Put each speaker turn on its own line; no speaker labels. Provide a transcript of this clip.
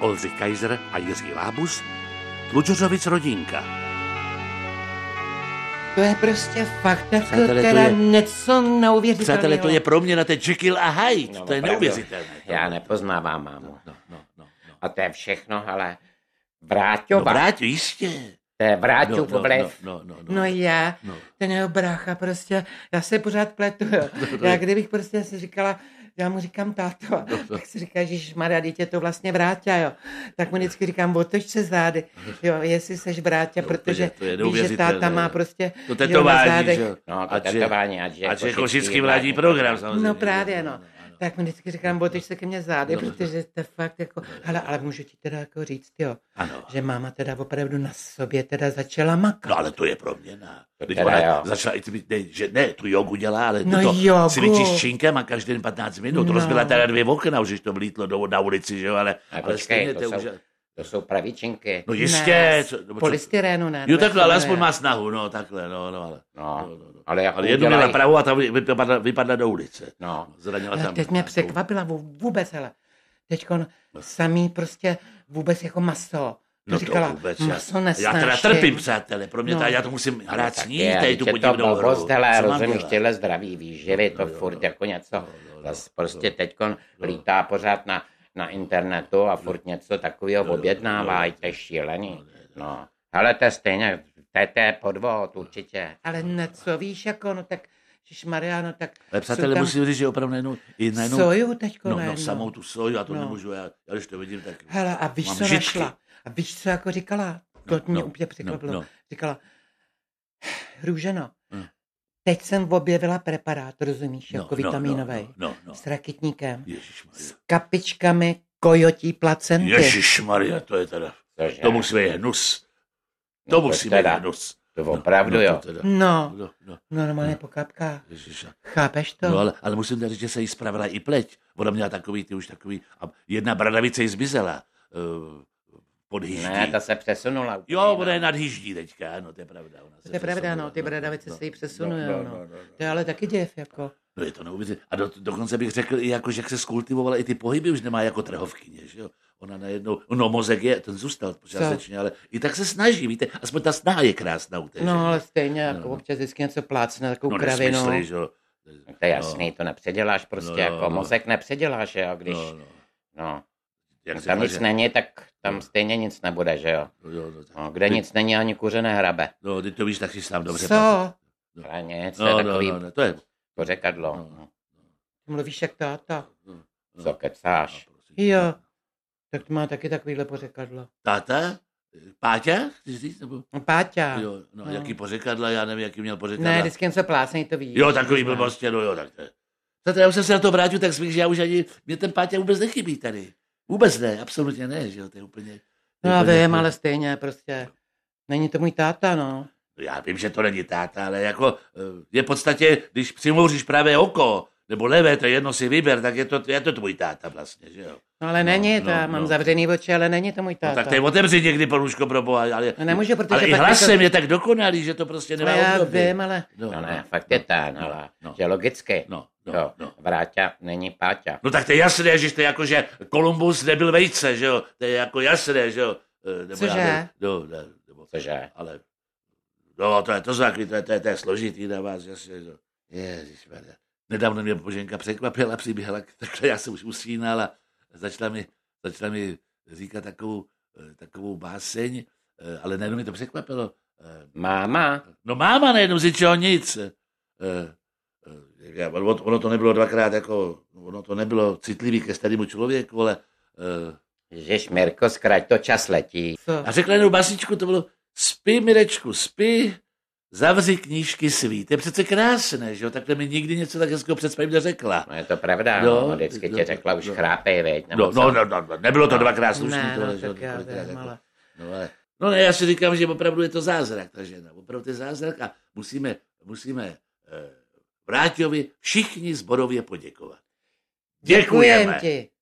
Olzy Kaiser a Jiří Lábus, Tlučořovic rodinka.
To je prostě fakt tak
Přátelé, to
teda
je-
něco neuvěřitelného.
Přátelé, to je pro mě na ten Jekyll a Hyde.
No,
to je
opravdu.
neuvěřitelné.
Já nepoznávám mámu.
No, no, no, no.
A to je všechno, ale
No,
Vráťova,
vrátí, jistě.
to je
No,
Vráťův
no, no,
vliv.
no, no, no.
No já,
No.
ten jeho brácha prostě, já se pořád pletu, jo. Já kdybych prostě si říkala, já mu říkám táto, a
no.
tak si říká, že Maria, dítě to vlastně vrátě, jo. Tak mu vždycky říkám, otoč se zády, jo, jestli seš vrátě,
No,
protože
to je
víš, že táta
neuvěřitelné,
má
jo.
prostě
To
že jo, na
tetování,
zádech.
že jo.
No, to
A že-
tetování, ať že jako
A že
Košický
košický vládní
vládní
program samozřejmě.
No právě, no.
Ano, ano.
Tak mi vždycky říkám, botiš se ke mně zády,
No.
protože to fakt jako, hele, ale můžu ti teda jako říct, jo,
Ano.
že máma teda opravdu na sobě teda začala makat.
No ale to je proměna. Teď
teda
ona
jo.
začala i ty, ne, že ne, tu jogu dělá, ale
No
no to
jogu.
cvičí s činkem a každý den 15 minut.
No.
No. Rozbila teda dvě okna, už když to vlítlo do, na ulici, že jo, ale,
A
ale
počkej,
stejně
to
to je
jsou-
už...
To jsou pravičinky.
No jistě. co- nebo co-
Polystyrénu ne.
Jo, takhle, ale aspoň
má...
má snahu, no, takhle, no, no, ale...
No,
no, no, no.
ale jako
Ale jednu měla
udělají...
pravou a tam vypadla, vypadla do ulice.
No,
Zranila
ale
tam.
teď mě
nějakou-
překvapila vů- vůbec, hele. Teďkon samý prostě vůbec jako maso. To
No
říkala,
to vůbec,
maso
já
nesnáším.
teda trpím, přátelé, pro mě
No.
no. ta, já to musím hrát s ní,
je,
tady
teď
tu
je to
podivnou hru.
blbost, ale
Co mám
rozumíš,
dělat?
tyhle zdraví výživy, to
No, jo,
furt
no.
jako něco,
No, no, no,
zas prostě
no.
teďkon lítá pořád na, na internetu a furt něco takového
no,
objednává,
no,
ať to je šílený. No, ale to je stejně, to je- to je podvod určitě. Ale ne, co víš, jako, no tak, Maria, no tak...
Ale přátelé, musím říct, že opravdu jenom, i najednou,
Soju teďko
no,
najednou.
no, samou tu soju, já to
No.
no. nemůžu, já, já když to vidím, tak...
Hele, a víš,
Mám
co
žitky.
našla? A víš, co jako říkala? To
No,
mě
no,
úplně překvapilo.
no, no.
Říkala, Růženo,
Hm.
teď jsem objevila preparát, rozumíš,
no,
jako
no,
vitaminový,
No, no, no,
s raketníkem,
no.
s kapičkami kojotí placenty.
Ježíš Maria, to je teda,
Cože?
to musí být hnus. To
No,
musí
to
být
teda,
hnus.
To opravdu,
no,
jo.
To teda,
No,
no, no,
no, normálně po kapkách.
ježiš,
Chápeš to?
No ale, ale musím teda říct, že se jí spravila i pleť. Ona měla takový, ty už takový, a jedna bradavice jí zmizela uh, pod hyždí.
ne, ta se přesunula. úplně
Jo,
jinam.
ona je nad hyždí teďka, no to je pravda. Ona se
To je pravda,
přesunula,
no, ty bradavice se jí přesunují,
no,
no,
no, no, no.
To je ale taky děv, jako.
No je to neuvěřitelné. A do, dokonce bych řekl, i jako, že jak se skultivovala, i ty pohyby už nemá jako trhovkyně, že jo? Ona najednou, no mozek je, ten zůstal částečně, ale i tak se snaží, víte, aspoň ta snaha je krásná u té ženy.
No, ale stejně, jako
no.
občas vždycky něco plácne, takovou
no,
kravinou.
nesmysly, že jo?
No. To je jasný, to nepředěláš prostě,
No,
jako
no.
mozek nepředěláš, jo, když,
No,
no,
no.
no,
Jak se
tam
to
nic
že-
není, tak tam stejně nic nebude, že jo.
No, jo, no, tak-
No, kde nic není, ani kuře nehrabe.
no, ty to víš, tak si sám dobře. pamatuju.
Co?
No.
Ale nic, to je
No, no,
takový
no, no, to je...
pořekadlo.
No,
No.
Mluvíš jak táta.
no, no.
Co kecáš?
No, prosím.
Jo. Tak to má taky takovýhle pořekadlo.
Táta? Páťa? Chceš říct? Nebo...
No, Páťa.
Jo, no,
No.
jaký pořekadla, já nevím, jaký měl pořekadla.
Ne, vždycky jen se plácnej, to víš.
Jo, takový
Ne.
blbosti, no jo, tak to je. Tata, já už jsem se na to vrátil, tak bych, že já už ani, mě ten Páťa vůbec nechybí tady. Vůbec ne, absolutně ne, že jo, to je úplně...
No já
úplně- jako-
vím, ale stejně prostě. Není to můj táta, no.
Já vím, že to není táta, ale jako eh, je v podstatě, když přimouříš pravé oko, nebo levé, to je jedno si vyber, tak je to, je to tvůj táta vlastně, že jo.
No ale není
no,
to, já
no.
mám zavřený oči, ale není to můj
No,
táta.
tak to je otevři někdy, panuško, pro boha, ale,
No nemůžu, protože
ale i
pak je
hlasem je tak dokonalý, že to prostě
to...
nemá
No, já
obdoby.
vím, ale...
No ne, fakt je ten, ale
no,
že logicky.
no, no,
Jo,
no.
vráťa není páťa.
No tak to je jasné, že to je jako, že Kolumbus nebyl vejce, že jo? To je jako jasné, že jo? Eh, Nebo
Cože?
já, no, ne, nebo,
Cože?
ale, no, to je to, znaky, to, je, to, je, to je složitý na vás, jasně, že jo. Ježišmarja. Nedávno mě Boženka překvapila, přiběhla, k- takhle já jsem už usínal a začala mi, začala mi říkat takovou, eh, takovou báseň, eh, ale najednou mě to překvapilo. Eh,
Máma,
No máma nejenom z ničeho nic. Eh, eh, já- Ono ono to nebylo dvakrát jako, ono to nebylo citlivý ke starému člověku, ale... eh,
Ježíš, Mirko, zkrať to čas letí.
Co?
A řekla jenom básničku, to bylo spí, Mirečku, spí, zavři knížky svý. To je přece krásné, že jo? Takhle mi nikdy něco tak hezkého před spavím neřekla.
No je to pravda,
Jo,
no, vždycky
jo,
ti řekla už
jo.
chrápej, veď.
No,
nebo co?
no, no, no, no, nebylo to
No.
dvakrát slušný.
ne,
tohle,
no,
že jo,
tak já
několikrát
vím,
jako-
ale...
No, ale, no ne, já si říkám, že opravdu je to zázrak, ta žena. Opravdu je zázrak a musíme, musíme eh, Vráťovi všichni zborově poděkovat.
Děkujem
Děkujeme.
ti.